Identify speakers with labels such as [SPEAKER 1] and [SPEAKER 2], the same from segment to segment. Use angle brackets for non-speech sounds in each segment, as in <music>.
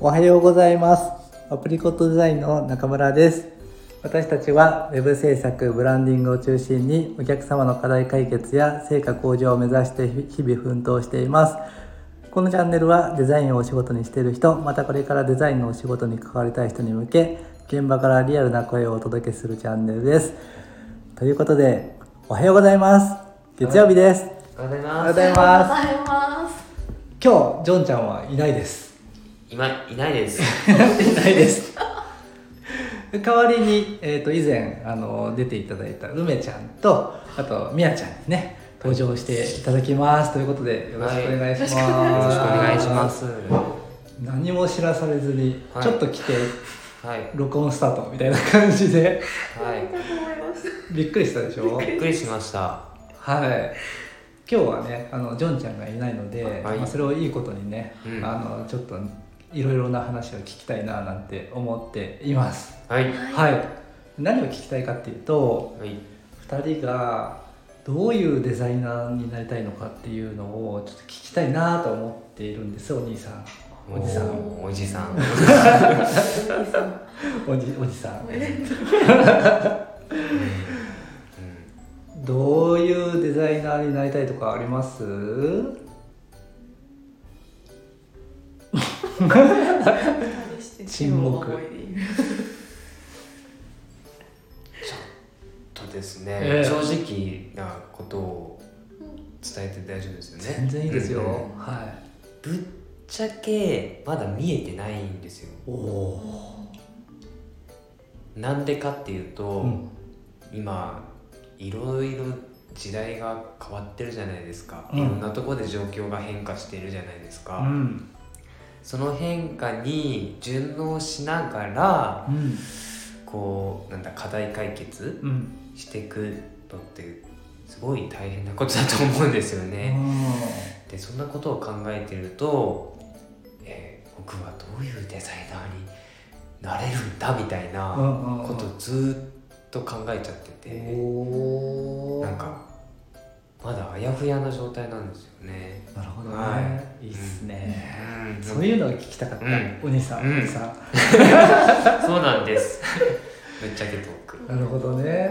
[SPEAKER 1] おはようございます。アプリコットデザインの中村です。私たちは Web 制作、ブランディングを中心にお客様の課題解決や成果向上を目指して日々奮闘しています。このチャンネルはデザインをお仕事にしている人、またこれからデザインのお仕事に関わりたい人に向け、現場からリアルな声をお届けするチャンネルです。ということで、おはようございます。月曜日です。
[SPEAKER 2] おはようござい
[SPEAKER 1] おは
[SPEAKER 2] ま
[SPEAKER 1] よう
[SPEAKER 2] す
[SPEAKER 1] ございます。
[SPEAKER 3] ありがとうございます。
[SPEAKER 1] 今日、ジョンちゃんはいないです。
[SPEAKER 2] 今いないです
[SPEAKER 1] ないです。代わりに、えー、と以前あの出ていただいた梅ちゃんとあとみやちゃんにね登場していただきますということでよろしくお願いします。
[SPEAKER 2] よろしくお願いします
[SPEAKER 1] 何も知らされずに、
[SPEAKER 2] はい
[SPEAKER 1] ちょっと来て
[SPEAKER 2] はい
[SPEAKER 1] 録音スタートみたいな感じで
[SPEAKER 2] はい
[SPEAKER 3] ありがとうございます。
[SPEAKER 1] びっくりしたでしょ
[SPEAKER 2] びっくりしました
[SPEAKER 1] はい今日はねあのジョンちゃんがいないので、
[SPEAKER 2] はい
[SPEAKER 1] まあ、それをいいことにね、
[SPEAKER 2] うん
[SPEAKER 1] あのちょっといろいろな話を聞きたいななんて思っています。
[SPEAKER 2] はい
[SPEAKER 1] はい、何を聞きたいかっていうと
[SPEAKER 2] はい
[SPEAKER 1] 2人がどういうデザイナーになりたいのかっていうのをちょっと聞きたいなと思っているんですお兄さんおじさん
[SPEAKER 2] おおじさん
[SPEAKER 1] おじおじさん
[SPEAKER 3] おめでとう
[SPEAKER 2] うん
[SPEAKER 1] <laughs> どういうデザイナーになりたいとかあります沈黙
[SPEAKER 2] とですね、
[SPEAKER 1] ええ
[SPEAKER 2] 正直なことを伝えて大丈夫ですよね
[SPEAKER 1] 全然いいですよ、
[SPEAKER 2] うんうん
[SPEAKER 1] は
[SPEAKER 2] ぶっちゃけまだ見えてないんですよ
[SPEAKER 1] いおお
[SPEAKER 2] なんでかっていうと、
[SPEAKER 1] ー、うん
[SPEAKER 2] 今いろいろ時代が変わってるじゃないですか、
[SPEAKER 1] うん
[SPEAKER 2] いろんなところで状況が変化しているじゃないですか、
[SPEAKER 1] うん
[SPEAKER 2] その変化に順応しながら
[SPEAKER 1] うん
[SPEAKER 2] こうなんだ課題解決
[SPEAKER 1] うん
[SPEAKER 2] していくのってすごい大変なことだと思うんですよね。でそんなことを考えてると、えー僕はどういうデザイナーになれるんだみたい
[SPEAKER 1] うんう
[SPEAKER 2] なん
[SPEAKER 1] うん
[SPEAKER 2] ことをずっと考えちゃってて
[SPEAKER 1] おお
[SPEAKER 2] なんかまだあやふやな状態なんですよね。
[SPEAKER 1] なるほどね、、
[SPEAKER 2] はい
[SPEAKER 1] いっすね、
[SPEAKER 2] うん
[SPEAKER 1] そういうのを聞きたかった、
[SPEAKER 2] うん
[SPEAKER 1] お兄さん、
[SPEAKER 2] うん
[SPEAKER 1] お兄さん
[SPEAKER 2] そうなんです。 <laughs> ぶっちゃけトーク。
[SPEAKER 1] なるほどね。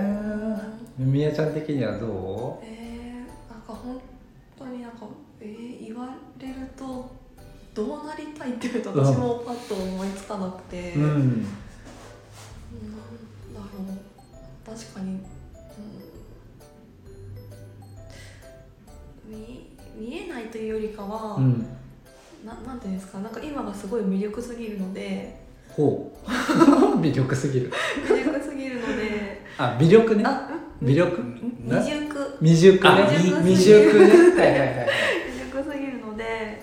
[SPEAKER 1] みやちゃん的にはど
[SPEAKER 3] えー、なんか本当になんか、えー、言われるとどうなりたいっていうと私もパッと思いつかなくて、
[SPEAKER 1] う？
[SPEAKER 3] なんだ
[SPEAKER 1] ん。
[SPEAKER 3] ろう確かに、うん、見見えないというよりかは、
[SPEAKER 1] うん。
[SPEAKER 3] ななんていうんですかなんか今がすごい魅力すぎるので <laughs>
[SPEAKER 1] ほう。 <laughs> 魅力すぎる。
[SPEAKER 3] 魅力すぎるので
[SPEAKER 1] あ、魅力ね。
[SPEAKER 3] あ
[SPEAKER 1] 魅力。な
[SPEAKER 3] 未熟
[SPEAKER 1] 未熟ね
[SPEAKER 2] あ。
[SPEAKER 1] 未
[SPEAKER 3] 未
[SPEAKER 1] 熟
[SPEAKER 3] 熟
[SPEAKER 1] ね。はいはいはい。
[SPEAKER 3] 未熟すぎるので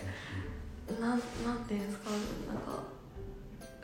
[SPEAKER 3] なんなんていうんですかなんか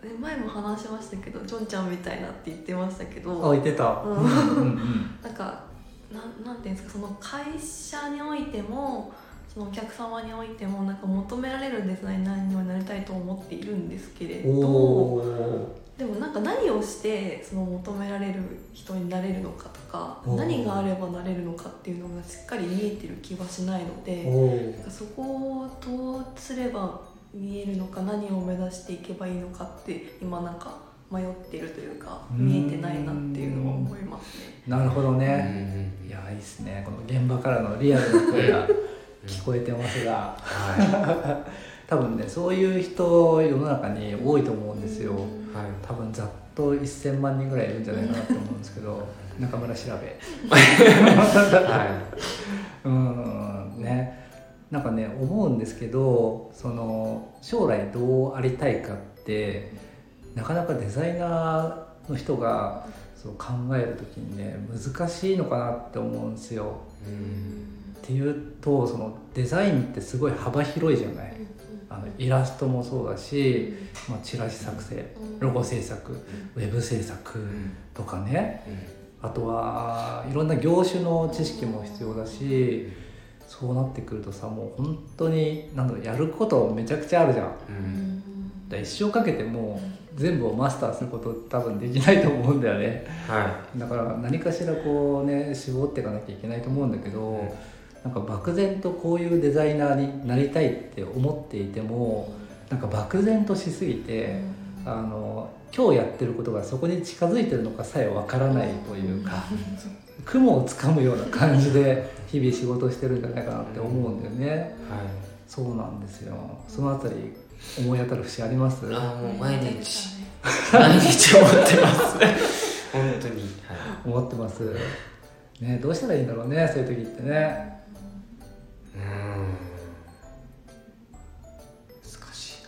[SPEAKER 3] え前も話しましたけどジョンちゃんみたいなって言ってましたけ
[SPEAKER 1] あ、
[SPEAKER 3] ど
[SPEAKER 1] 言ってた。
[SPEAKER 3] うん
[SPEAKER 1] うん
[SPEAKER 3] なんかなんなんていうんですかその会社においてもそのお客様においてもなんか求められるデザイナーにはなりたいと思っているんですけれ
[SPEAKER 1] うん。
[SPEAKER 3] ど
[SPEAKER 1] おー
[SPEAKER 3] でもなんか何をしてその求められる人になれるのかとか
[SPEAKER 1] おー
[SPEAKER 3] 何があればなれるのかっていうのがしっかり見えてる気はしないので。
[SPEAKER 1] おー
[SPEAKER 3] なんかそこをどうすれば見えるのか何を目指していけばいいのかって今なんか迷ってるというか
[SPEAKER 1] うーん
[SPEAKER 3] 見えてないなっていうのは思いますね。
[SPEAKER 1] なるほど
[SPEAKER 2] うんう
[SPEAKER 1] ね。
[SPEAKER 2] んうん
[SPEAKER 1] いや、いいっすね。この現場からのリアルな声が聞こえてますが。
[SPEAKER 2] は
[SPEAKER 1] 多分ね、そういう人世の中に多いと思うんですよ。
[SPEAKER 2] いはい
[SPEAKER 1] 多分ざっと1000万人ぐらいいるんじゃないかなと思うんですけど中村調べ
[SPEAKER 2] は
[SPEAKER 1] うんねなんかね思うんですけどその将来どうありたいかってなかなかデザイナーの人がそう考える時にね難しいのかなって思うんですよ。
[SPEAKER 2] い。うん。
[SPEAKER 1] っていうとそのデザインってすごい幅広いじゃないあのイラストもそうだし、まあ、チラシ作成ロゴ制作ウェブ制作
[SPEAKER 2] うん。
[SPEAKER 1] とかねあとはいろんな業種の知識も必要だしそうなってくるとさもう本当になんだろうやることめちゃくちゃあるじゃんだか
[SPEAKER 2] うん。
[SPEAKER 1] ら一生かけてもう全部をマスターすること多分できないと思うんだよね
[SPEAKER 2] は
[SPEAKER 1] だから何かしらこうね絞っていかなきゃいけないと思うんだけどなんか漠然とこういうデザイナーになりたいって思っていてもなんか漠然としすぎて、あの今日やってることがそこに近づいてるのかさえわからないというか、雲をつかむような感じで日々仕事してるんじゃないかなって思うんだよね、そうなんですよそのあたり思い当たる節あります
[SPEAKER 2] ああもう毎日
[SPEAKER 3] ね
[SPEAKER 2] 毎日思ってます本当に、は
[SPEAKER 1] 思ってますねどうしたらいいんだろうねそういう時ってね
[SPEAKER 2] い、うーん難しい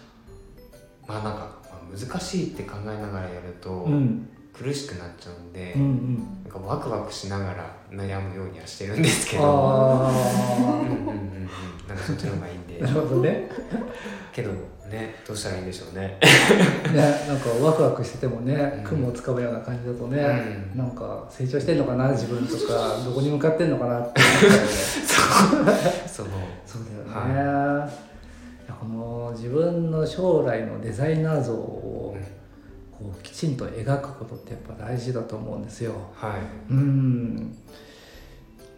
[SPEAKER 2] なまあなんか、まあ、難しいって考えながらやると、
[SPEAKER 1] うん
[SPEAKER 2] 苦しくなっちゃうんで、
[SPEAKER 1] うんうん
[SPEAKER 2] なんかワクワクしながら悩むようにはしてるんですけどうん
[SPEAKER 1] あ
[SPEAKER 2] <laughs> うんうんうんなんかそっちの方がいいんで
[SPEAKER 1] あなるほどね
[SPEAKER 2] けどねどうしたらいいんでしょうね
[SPEAKER 1] ねなんかワクワクしててもね
[SPEAKER 2] うん
[SPEAKER 1] 雲をつかむような感じだとね、
[SPEAKER 2] うん
[SPEAKER 1] なんか成長してんのかな自分とかどこに向かってんのかなって
[SPEAKER 2] その
[SPEAKER 1] そうだよね、いやこの自分の将来のデザイナー像をこうきちんと描くことってやっぱ大事だと思うんですよ
[SPEAKER 2] はい
[SPEAKER 1] うん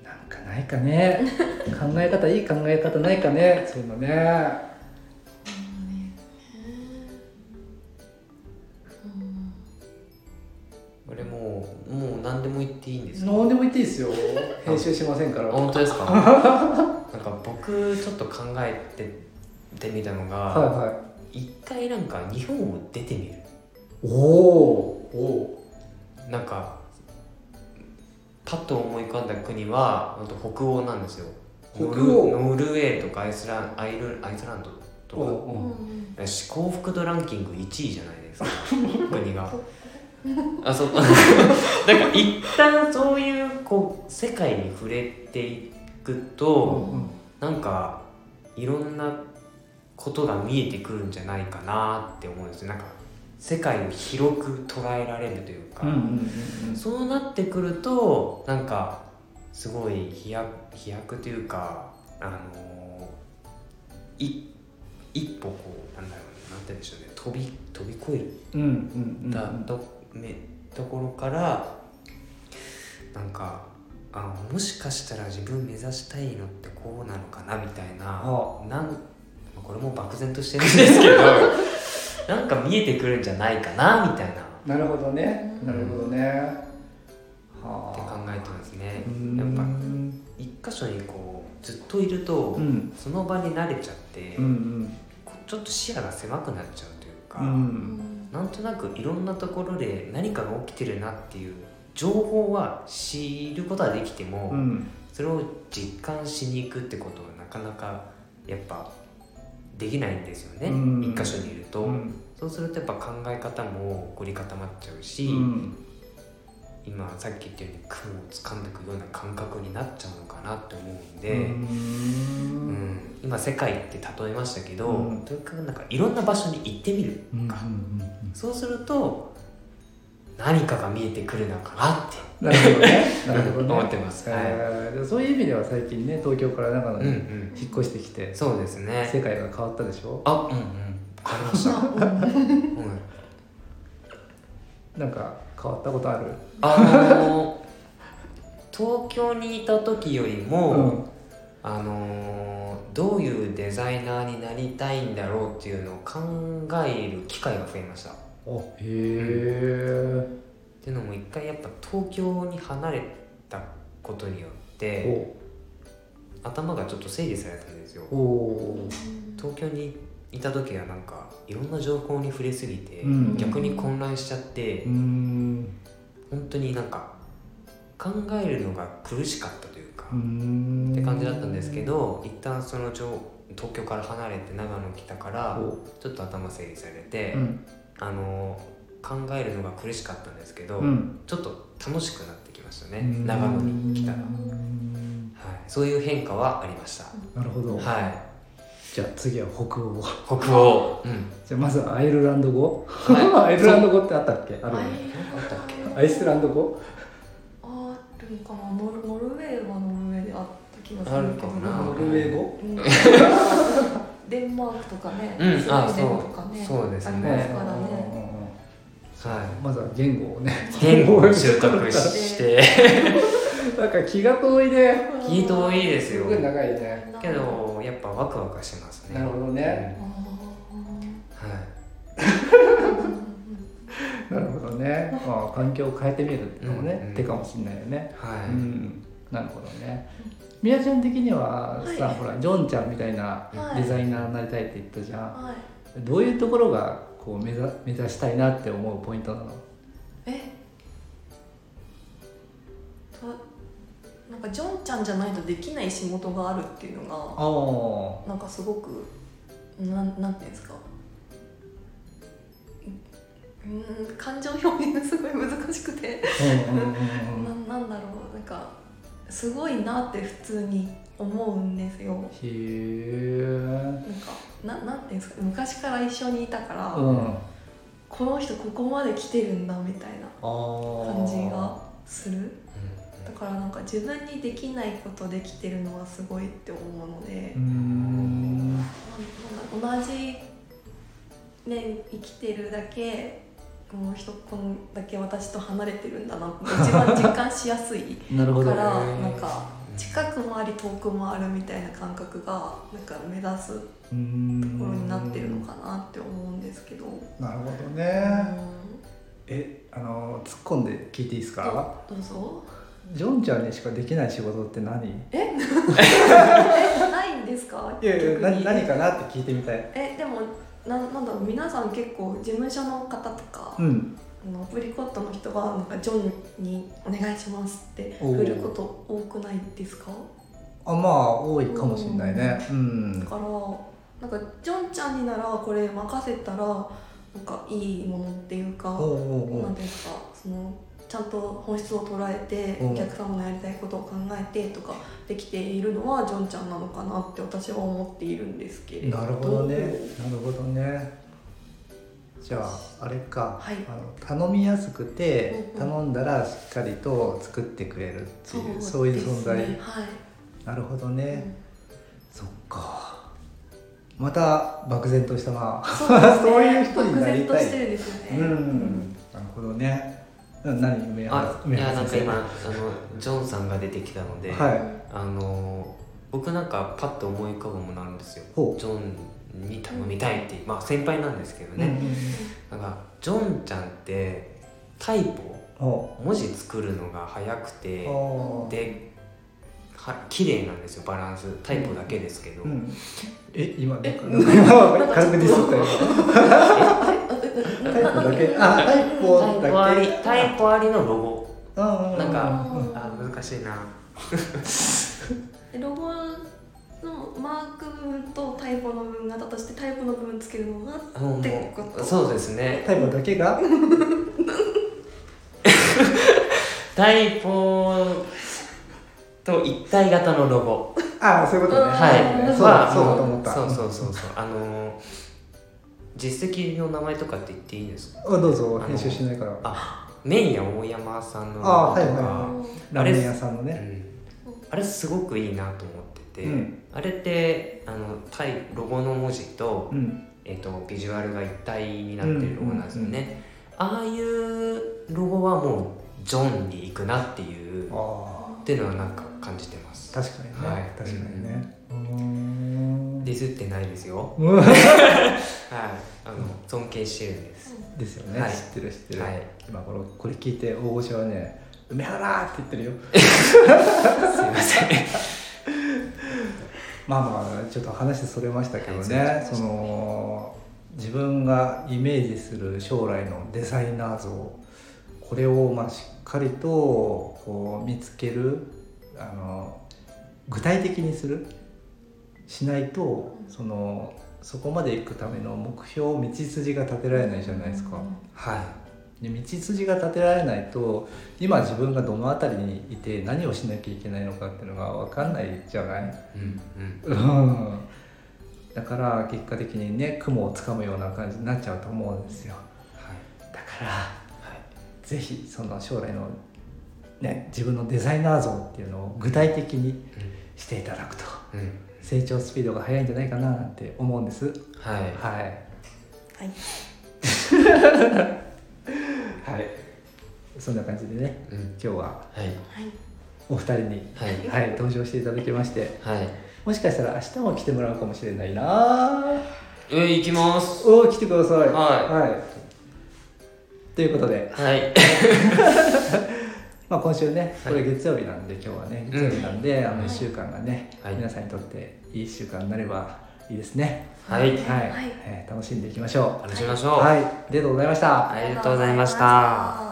[SPEAKER 1] なんかないかね考え方いい考え方ないかねそういうのね
[SPEAKER 3] うん
[SPEAKER 2] これもうもう何でも言っていいんですか
[SPEAKER 1] 何でも言っていいですよ編集しませんから
[SPEAKER 2] あ
[SPEAKER 1] はい
[SPEAKER 2] 本当ですか <laughs> なんか僕ちょっと考えててみたのが
[SPEAKER 1] は
[SPEAKER 2] 一、回なんか日本を出てみる
[SPEAKER 1] いおおーお
[SPEAKER 2] なんかパッと思い浮かんだ国はほんと北欧なんですよ
[SPEAKER 1] 北欧
[SPEAKER 2] ノルノルウェーとかアイスランアイルアイスランド
[SPEAKER 1] ーお
[SPEAKER 2] と
[SPEAKER 1] ー
[SPEAKER 2] かし幸福度ランキング1位じゃないで
[SPEAKER 1] <laughs>
[SPEAKER 2] すか国があそうなんか <laughs> 一旦そういうこう世界に触れていく
[SPEAKER 1] お
[SPEAKER 2] と、
[SPEAKER 1] ーうん
[SPEAKER 2] なんかいろんなことが見えてくるんじゃないかなって思うんですよなんか世界を広く捉えられるというか、
[SPEAKER 1] うんうんうんうん
[SPEAKER 2] そうなってくるとなんかすごい飛躍飛躍というかあのーい一歩こうなんだろうなんて言うんでしょうね飛び飛び越
[SPEAKER 1] う
[SPEAKER 2] え
[SPEAKER 1] んうんうん
[SPEAKER 2] るだと,、めところからなんかあもしかしたら自分目指したいのってこうなのかなみたいな
[SPEAKER 1] は
[SPEAKER 2] なんこれも漠然としてるんですけ
[SPEAKER 1] <laughs>
[SPEAKER 2] どなんか見えてくるんじゃないかなみたいなっ
[SPEAKER 1] なるほどねなるほどね
[SPEAKER 2] て考
[SPEAKER 1] は
[SPEAKER 2] えてますね
[SPEAKER 1] あう。ん
[SPEAKER 2] やっぱ一箇所にこうずっといると、
[SPEAKER 1] うん
[SPEAKER 2] その場に慣れちゃって、
[SPEAKER 1] うん
[SPEAKER 2] こうちょっと視野が狭くなっちゃうというか、
[SPEAKER 1] うんうん
[SPEAKER 2] なんとなくいろんなところで何かが起きてるなっていう情報は知ることはできても、
[SPEAKER 1] うん
[SPEAKER 2] それを実感しに行くってことはなかなかやっぱできないんですよね、
[SPEAKER 1] うん
[SPEAKER 2] 一箇所にいると、
[SPEAKER 1] うん
[SPEAKER 2] そうするとやっぱ考え方も凝り固まっちゃうし、
[SPEAKER 1] うん
[SPEAKER 2] 今さっき言ったように雲を掴んでいくような感覚になっちゃうのかなって思うんで。
[SPEAKER 1] うん
[SPEAKER 2] うん、今世界って例えましたけど、
[SPEAKER 1] うん
[SPEAKER 2] とにかくなんかいろんな場所に行ってみる
[SPEAKER 1] うんうん
[SPEAKER 2] か、
[SPEAKER 1] うん
[SPEAKER 2] そうすると何かが見えてくるのかなって
[SPEAKER 1] なるほどねなるほどね
[SPEAKER 2] 思ってますはい
[SPEAKER 1] えーでそういう意味では最近ね東京から長野
[SPEAKER 2] うんう
[SPEAKER 1] に
[SPEAKER 2] ん
[SPEAKER 1] 引っ越してきて
[SPEAKER 2] そうですね
[SPEAKER 1] 世界が変わったでしょ
[SPEAKER 2] あうんうん変わりました、うん、
[SPEAKER 1] なんか変わったことある
[SPEAKER 2] あのー東京にいた時よりも、
[SPEAKER 1] うん
[SPEAKER 2] あのーどういうデザイナーになりたいんだろうっていうのを考える機会が増えましたっ
[SPEAKER 1] あへえ
[SPEAKER 2] ていうのも一回やっぱ東京に離れたことによって、頭がちょっと整理されたんですよ
[SPEAKER 1] おお
[SPEAKER 2] 東京にいた時はなんかいろんな情報に触れすぎて、
[SPEAKER 1] うん
[SPEAKER 2] 逆に混乱しちゃって、
[SPEAKER 1] うん
[SPEAKER 2] 本当になんか考えるのが苦しかったというか、
[SPEAKER 1] うん
[SPEAKER 2] って感じだったんですけど一旦その情東京から離れて長野来たから
[SPEAKER 1] お
[SPEAKER 2] ちょっと頭整理されて、
[SPEAKER 1] うん
[SPEAKER 2] あの考えるのが苦しかったんですけど、
[SPEAKER 1] うん
[SPEAKER 2] ちょっと楽しくなってきましたね
[SPEAKER 1] うん
[SPEAKER 2] 長野に来たら、はい、
[SPEAKER 1] うん
[SPEAKER 2] そういう変化はありました、
[SPEAKER 1] なるほど
[SPEAKER 2] はい
[SPEAKER 1] じゃあ次は北欧
[SPEAKER 2] 北欧、うん
[SPEAKER 1] じゃあまずはアイルランド語
[SPEAKER 2] は
[SPEAKER 1] アイルランド語ってあったっけあるよねアイスランド語
[SPEAKER 3] あるかなノルノルウェーはノルウェーであった気がするけど
[SPEAKER 2] あるかな
[SPEAKER 1] ノルウェー語
[SPEAKER 3] うんデンマークとかね、
[SPEAKER 2] うん
[SPEAKER 3] スウェーデンとかね
[SPEAKER 2] あそうそうですね
[SPEAKER 3] あり
[SPEAKER 1] うんう
[SPEAKER 3] ま
[SPEAKER 1] ん
[SPEAKER 3] すから
[SPEAKER 1] うん
[SPEAKER 3] ね
[SPEAKER 1] うんうん
[SPEAKER 2] は
[SPEAKER 1] まずは言語をね
[SPEAKER 2] い、言語を習得して <laughs>
[SPEAKER 1] なんか気が遠いね
[SPEAKER 2] 聞いてもいいです
[SPEAKER 1] す
[SPEAKER 2] よ
[SPEAKER 1] ごい長いね
[SPEAKER 2] けどやっぱワクワクしますね
[SPEAKER 1] なるほどね
[SPEAKER 3] あー
[SPEAKER 1] なるほどね、まあ、環境を変えてみるっていうのもね、
[SPEAKER 2] うんうん
[SPEAKER 1] 手かもしれないよね
[SPEAKER 2] は
[SPEAKER 1] う
[SPEAKER 2] い、
[SPEAKER 1] んなるほどねみやちゃん的にはさ、
[SPEAKER 3] はい
[SPEAKER 1] ほらジョンちゃんみたいな
[SPEAKER 3] はい
[SPEAKER 1] デザイナーになりたいって言ったじゃん、
[SPEAKER 3] はい
[SPEAKER 1] どういうところがこう目指目指したいなって思うポイントなの
[SPEAKER 3] えとなんかジョンちゃんじゃないとできない仕事があるっていうの
[SPEAKER 1] あ
[SPEAKER 3] がなんかすごくなんなんていうんですかうんうん感情表現がすごい難しくて
[SPEAKER 1] あ、うんうんうん
[SPEAKER 3] な
[SPEAKER 1] うん、
[SPEAKER 3] なんだろうなんかすごいなって普通に思うんですよ
[SPEAKER 1] へえ
[SPEAKER 3] なんかななんていうんですか昔から一緒にいたから、
[SPEAKER 1] うんあ
[SPEAKER 3] この人ここまで来てるんだみたいな
[SPEAKER 1] あ
[SPEAKER 3] 感じがする
[SPEAKER 2] う
[SPEAKER 3] だからなんか自分にできないことできてるのはすごいって思うので
[SPEAKER 1] うー、ん
[SPEAKER 3] なんなんだ同じね生きてるだけもう人こんだけ私と離れてるんだなって一番実感しやすい
[SPEAKER 1] なるほ
[SPEAKER 3] か
[SPEAKER 1] ど
[SPEAKER 3] ら
[SPEAKER 1] う
[SPEAKER 3] なんか近くもあり遠くもあるみたいな感覚がなんか目指す
[SPEAKER 1] ー
[SPEAKER 3] と
[SPEAKER 1] ん
[SPEAKER 3] ころになってるのかなって思うんですけど。
[SPEAKER 1] なるほど
[SPEAKER 3] うん
[SPEAKER 1] ねえあの突っ込んで聞いていいですか
[SPEAKER 3] どどうぞ
[SPEAKER 1] ジョンちゃんにしかできない仕事って何い
[SPEAKER 3] <laughs> えないんですか
[SPEAKER 1] やいや
[SPEAKER 3] 逆
[SPEAKER 1] な
[SPEAKER 3] に
[SPEAKER 1] 何かなって聞いてみたい
[SPEAKER 3] えでもななんだろう皆さん結構事務所の方とか、
[SPEAKER 1] うん
[SPEAKER 3] あのプリコットの人はなんかジョンにお願いしますって
[SPEAKER 1] おー
[SPEAKER 3] 振ること多くないですか
[SPEAKER 1] あまあ多いかもしれないねう
[SPEAKER 3] だ
[SPEAKER 1] ん
[SPEAKER 3] からなんかジョンちゃんにならこれ任せたらなんかいいものっていうか、
[SPEAKER 1] おうおうお
[SPEAKER 3] なん
[SPEAKER 1] う
[SPEAKER 3] ていうんですかそのちゃんと本質を捉えて
[SPEAKER 1] うん
[SPEAKER 3] お客様のやりたいことを考えてとかできているのはジョンちゃんなのかなって私は思っているんですけれど
[SPEAKER 1] なるほどねなるほどねじゃああれか、
[SPEAKER 3] はい
[SPEAKER 1] あの頼みやすくて
[SPEAKER 3] うんうん
[SPEAKER 1] 頼んだらしっかりと作ってくれるっていうそういう存在、
[SPEAKER 3] ですねはい、
[SPEAKER 1] なるほどね、そっかまた漠然としたな
[SPEAKER 3] そうですね
[SPEAKER 1] そういう人になりたい
[SPEAKER 3] 漠然としてるんですよ
[SPEAKER 1] う
[SPEAKER 3] ね。
[SPEAKER 1] んなるほどねな何梅
[SPEAKER 2] あ
[SPEAKER 1] 原
[SPEAKER 2] い
[SPEAKER 1] 梅
[SPEAKER 2] や
[SPEAKER 1] 原
[SPEAKER 2] なんか
[SPEAKER 1] 先生
[SPEAKER 2] 今あのジョンさんが出てきたので、
[SPEAKER 1] はい
[SPEAKER 2] あの僕なんかパッと思い浮かぶものあるんですよ
[SPEAKER 1] ほう
[SPEAKER 2] ジョンに頼みたいって、まあ先輩なんですけどね、なんかジョンちゃんってタイ
[SPEAKER 1] う
[SPEAKER 2] プ
[SPEAKER 1] んほ
[SPEAKER 2] 文字作るのが早く
[SPEAKER 1] う
[SPEAKER 2] て
[SPEAKER 1] ほう
[SPEAKER 2] では綺麗なんですよバランスタイプだけですけど、
[SPEAKER 1] うんえ今なんか今 <laughs> 軽くディスったよタイプだけあタイプ
[SPEAKER 2] タイプあ
[SPEAKER 1] だ
[SPEAKER 2] り
[SPEAKER 1] け
[SPEAKER 2] タイプありのロゴ
[SPEAKER 1] うんうん
[SPEAKER 2] なんか
[SPEAKER 1] うん
[SPEAKER 2] あ難しいな
[SPEAKER 3] でロゴのマーク部分とタイプの部分があったとしてタイプの部分つけるのが
[SPEAKER 2] あのも
[SPEAKER 3] ってこと
[SPEAKER 2] うそうですね
[SPEAKER 1] タイプだけが
[SPEAKER 2] タイプと一体型のロゴ
[SPEAKER 1] あそういうことね
[SPEAKER 2] はい
[SPEAKER 3] うん、
[SPEAKER 1] そう
[SPEAKER 2] ま
[SPEAKER 1] だ
[SPEAKER 2] あ
[SPEAKER 1] そうだと思った
[SPEAKER 2] そうそうそうそうあの実績の名前とかって言っていいんですか
[SPEAKER 1] あどうぞ編集しないから
[SPEAKER 2] あ麺屋大山さんのとか
[SPEAKER 1] あ
[SPEAKER 2] あ,、
[SPEAKER 1] はいはラーメン屋さんの
[SPEAKER 2] う
[SPEAKER 1] ね
[SPEAKER 2] ん、あれすごくいいなと思ってて、
[SPEAKER 1] うん
[SPEAKER 2] あれってあのタイロゴの文字と,、
[SPEAKER 1] うん
[SPEAKER 2] えっとビジュアルが一体になってるロゴなんですよね、ああいうロゴはもうジョンに行くなっていう
[SPEAKER 1] ああ
[SPEAKER 2] っていうのはなんか感じてます
[SPEAKER 1] 確かにね、
[SPEAKER 2] はい
[SPEAKER 1] 確かにねうーん
[SPEAKER 2] ディスってないですよ
[SPEAKER 1] うわ
[SPEAKER 2] はいあの尊敬してるんです
[SPEAKER 1] <laughs> ですよね、
[SPEAKER 2] はい
[SPEAKER 1] 知ってる知ってる、
[SPEAKER 2] はい
[SPEAKER 1] 今このこれ聞いて大御所はね「梅原!」って言ってるよ
[SPEAKER 2] すいま
[SPEAKER 1] <laughs>
[SPEAKER 2] せん
[SPEAKER 1] まあまあちょっと話それましたけどね、
[SPEAKER 2] はい
[SPEAKER 1] その自分がイメージする将来のデザイナー像これをまあしっかりとこう見つけるあの具体的にするしないとそのそこまで行くための目標道筋が立てられないじゃないですか。
[SPEAKER 2] は
[SPEAKER 1] で道筋が立てられないと今自分がどの辺りにいて何をしなきゃいけないのかっていうのが分かんないじゃない、
[SPEAKER 2] い。うんうん。
[SPEAKER 1] うん、だから結果的にね雲をつかむような感じになっちゃうと思うんですよ
[SPEAKER 2] はい。
[SPEAKER 1] だから是非その将来の、ね、自分のデザイナー像っていうのを具体的にしていただくと
[SPEAKER 2] うん。うん。
[SPEAKER 1] 成長スピードが速いんじゃないかななんて思うんです
[SPEAKER 2] は
[SPEAKER 1] はい
[SPEAKER 3] はい、
[SPEAKER 1] はいそんな感じでね
[SPEAKER 2] い。うん。
[SPEAKER 1] 今日は
[SPEAKER 2] はい。
[SPEAKER 3] はい、
[SPEAKER 1] お二人に
[SPEAKER 2] はい。
[SPEAKER 1] はい、登場していただきまして、
[SPEAKER 2] はい。
[SPEAKER 1] もしかしたら明日も来てもらうかもしれないな。
[SPEAKER 2] えー、行きます
[SPEAKER 1] おお来てください
[SPEAKER 2] は
[SPEAKER 1] はいということで、
[SPEAKER 2] いはい
[SPEAKER 1] まあ、今週ねこ
[SPEAKER 2] はい
[SPEAKER 1] れ月曜日なんで、今日はね
[SPEAKER 2] う
[SPEAKER 1] 月
[SPEAKER 2] ん
[SPEAKER 1] 曜日なんで、あ
[SPEAKER 3] は
[SPEAKER 1] の
[SPEAKER 3] い
[SPEAKER 1] 1週間がね、
[SPEAKER 2] はい
[SPEAKER 1] 皆さんにとっていい1週間になればいいですね
[SPEAKER 2] はい
[SPEAKER 1] はい、
[SPEAKER 3] はい
[SPEAKER 1] えー楽しんでいきましょ
[SPEAKER 2] 楽しみましょう、
[SPEAKER 1] うはいありがとうございました
[SPEAKER 2] ありがとうございました